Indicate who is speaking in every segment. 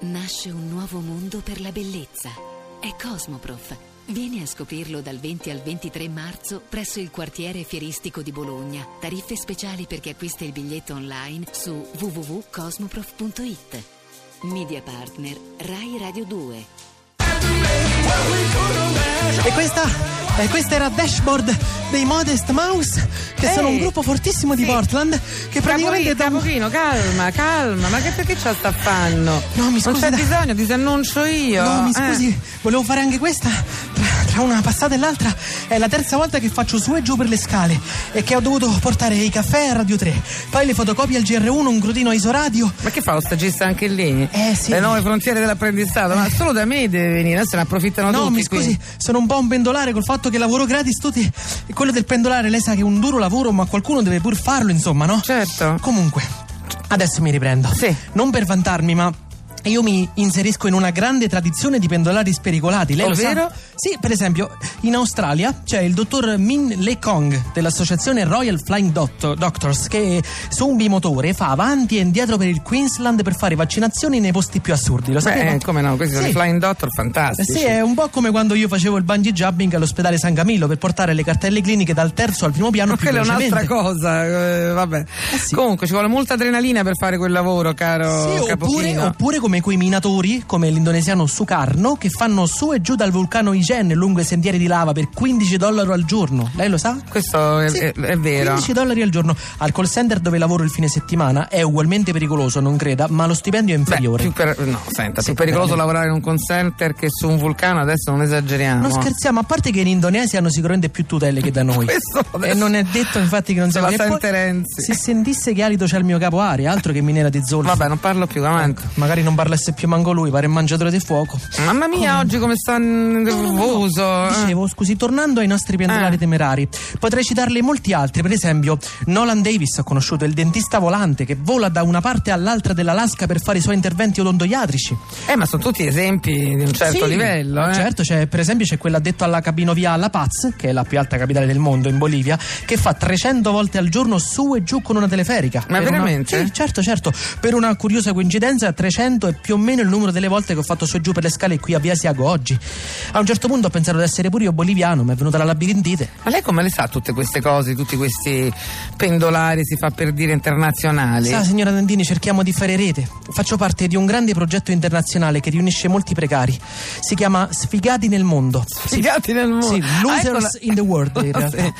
Speaker 1: Nasce un nuovo mondo per la bellezza. È Cosmoprof. Vieni a scoprirlo dal 20 al 23 marzo presso il quartiere fieristico di Bologna. Tariffe speciali per chi acquista il biglietto online su www.cosmoprof.it. Media partner Rai Radio 2.
Speaker 2: E questa, e questa era Dashboard dei Modest Mouse, che sono
Speaker 3: Ehi,
Speaker 2: un gruppo fortissimo di
Speaker 3: sì.
Speaker 2: Portland, che praticamente da un-
Speaker 3: Caporino, Caporino, calma, calma, ma che perché c'ha sta affanno?
Speaker 2: No, mi scusi,
Speaker 3: Non c'è
Speaker 2: dai.
Speaker 3: bisogno, disannuncio io.
Speaker 2: No, mi
Speaker 3: Eh.
Speaker 2: scusi, volevo fare anche questa. Tra, tra una passata e l'altra è la terza volta che faccio su e giù per le scale e che ho dovuto portare i caffè a Radio 3, poi le fotocopie al GR1, un crudino a Isoradio.
Speaker 3: Ma che fa lo stagista anche lì?
Speaker 2: Eh, sì.
Speaker 3: Le nuove frontiere dell'apprendistato, ma solo da me deve venire, adesso ne approfittano
Speaker 2: No,
Speaker 3: tutti.
Speaker 2: mi scusi,
Speaker 3: qui.
Speaker 2: sono un po' un pendolare col fatto che lavoro gratis tutti. E quello del pendolare, lei sa che è un duro lavoro, ma qualcuno deve pur farlo, insomma, no?
Speaker 3: Certo.
Speaker 2: Comunque, adesso mi riprendo.
Speaker 3: Sì.
Speaker 2: Non per vantarmi, ma. Io mi inserisco in una grande tradizione di pendolari spericolati, lei lo
Speaker 3: Ovvero?
Speaker 2: sa? Sì, per esempio, in Australia c'è il dottor Min Le Kong dell'associazione Royal Flying Doctor- Doctors che su un bimotore fa avanti e indietro per il Queensland per fare vaccinazioni nei posti più assurdi, lo sapeva?
Speaker 3: Beh, eh, come no, questi sono
Speaker 2: Sì.
Speaker 3: i flying doctor
Speaker 2: Eh
Speaker 3: fantastici.
Speaker 2: sì, è un po' come quando io facevo il bungee jumping all'ospedale San Camillo per portare le cartelle cliniche dal terzo al primo piano
Speaker 3: Ma
Speaker 2: più
Speaker 3: quella è un'altra
Speaker 2: velocemente.
Speaker 3: cosa, eh, vabbè.
Speaker 2: sì.
Speaker 3: Comunque ci vuole molta adrenalina per fare quel lavoro, caro
Speaker 2: Sì, oppure,
Speaker 3: Capochino.
Speaker 2: oppure come quei minatori, come l'indonesiano Sukarno, che fanno su e giù dal vulcano Ijen lungo i sentieri di lava per 15 dollari al giorno. Lei lo sa?
Speaker 3: Questo è,
Speaker 2: Sì,
Speaker 3: è- è vero.
Speaker 2: 15 dollari al giorno. Al call center dove lavoro il fine settimana è ugualmente pericoloso, non creda, ma lo stipendio è
Speaker 3: Beh,
Speaker 2: inferiore.
Speaker 3: più per- no, senta,
Speaker 2: Sì,
Speaker 3: più pericoloso
Speaker 2: bene.
Speaker 3: lavorare in un call center che su un vulcano, adesso non esageriamo. eh.
Speaker 2: Non scherziamo, a parte che in Indonesia hanno sicuramente più tutele che da noi.
Speaker 3: Questo
Speaker 2: E
Speaker 3: adesso-
Speaker 2: non è detto infatti che non
Speaker 3: Se
Speaker 2: siamo
Speaker 3: la
Speaker 2: e poi,
Speaker 3: sente Renzi.
Speaker 2: Se sentisse che alito c'è il mio capo aria, altro che miniera di zolfo.
Speaker 3: Vabbè, non parlo più, avanti.
Speaker 2: Magari non parlasse più manco lui, pare il mangiatore del fuoco.
Speaker 3: Mamma mia, oggi come sta nervoso. eh.
Speaker 2: Dicevo, scusi, tornando ai nostri pendolari
Speaker 3: Eh.
Speaker 2: temerari, potrei citarle molti altri. Per esempio, Nolan Davis ho conosciuto, il dentista volante che vola da una parte all'altra dell'Alaska per fare i suoi interventi odontoiatrici.
Speaker 3: Eh, ma sono tutti esempi di un certo
Speaker 2: Sì,
Speaker 3: livello, eh.
Speaker 2: Certo, c'è, per esempio c'è quella detto alla cabinovia alla Paz, che è la più alta capitale del mondo in Bolivia, che fa 300 volte al giorno su e giù con una teleferica.
Speaker 3: Ma
Speaker 2: Per una-
Speaker 3: veramente?
Speaker 2: sì, certo, certo. Per una curiosa coincidenza, 300 è più o meno il numero delle volte che ho fatto su e giù per le scale qui a Via Siago oggi. A un certo punto ho pensato di essere pure io boliviano, mi è venuta la labirintite.
Speaker 3: Ma lei come le sa tutte queste cose, tutti questi pendolari, si fa per dire internazionali?
Speaker 2: Sa, signora Dandini, cerchiamo di fare rete. Faccio parte di un grande progetto internazionale che riunisce molti precari. Si chiama Sfigati nel mondo. Sì,
Speaker 3: Figati nel mondo.
Speaker 2: Sì, losers
Speaker 3: Eccola.
Speaker 2: in the world, in
Speaker 3: Sì.
Speaker 2: realtà. Eh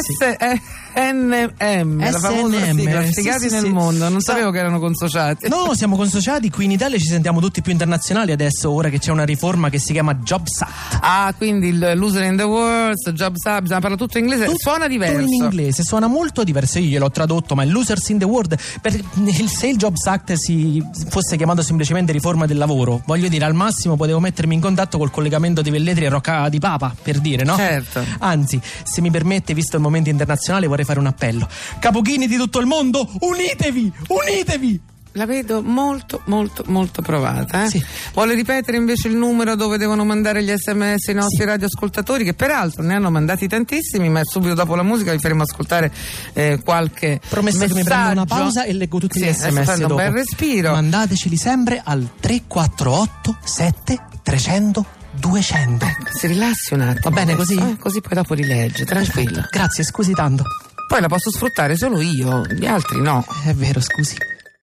Speaker 2: sì.
Speaker 3: SNM, la famosa
Speaker 2: SNM,
Speaker 3: sigla,
Speaker 2: sì,
Speaker 3: Figati
Speaker 2: sì,
Speaker 3: nel
Speaker 2: sì.
Speaker 3: mondo, non
Speaker 2: Sa-
Speaker 3: sapevo che erano consociati.
Speaker 2: No, siamo consociati, qui in Italia ci sentiamo tutti più internazionali adesso, ora che c'è una riforma che si chiama Jobs Act.
Speaker 3: Ah, quindi il Loser in the World, Jobs Up, bisogna parlare tutto in inglese, Eh, suona diverso.
Speaker 2: in inglese, suona molto diverso, io gliel'ho tradotto, ma è Losers in the World, per- il- se il Jobs Act si fosse chiamato semplicemente riforma del lavoro, voglio dire, al massimo potevo mettermi in contatto col collegamento di Velletri e Rocca di Papa, per dire, no?
Speaker 3: Certo.
Speaker 2: Anzi, se mi permette, visto il momento internazionale, vorrei fare un appello. Capochini di tutto il mondo, unitevi, unitevi!
Speaker 3: La vedo molto, molto, molto provata. eh.
Speaker 2: Sì.
Speaker 3: Vuole ripetere invece il numero dove devono mandare gli sms i nostri radioascoltatori, che peraltro ne hanno mandati tantissimi, ma subito dopo la musica vi faremo ascoltare eh, qualche
Speaker 2: Promesso
Speaker 3: messaggio.
Speaker 2: che mi prendo una pausa e leggo tutti
Speaker 3: Sì,
Speaker 2: gli
Speaker 3: adesso
Speaker 2: sms
Speaker 3: prendo
Speaker 2: dopo.
Speaker 3: un bel respiro.
Speaker 2: Mandateceli sempre al 348 7 300 200.
Speaker 3: Si rilassi un attimo.
Speaker 2: Va bene
Speaker 3: adesso,
Speaker 2: così?
Speaker 3: eh, così poi dopo rilegge, tranquillo.
Speaker 2: Grazie, scusi tanto.
Speaker 3: Poi la posso sfruttare solo io, gli altri no.
Speaker 2: È vero, scusi.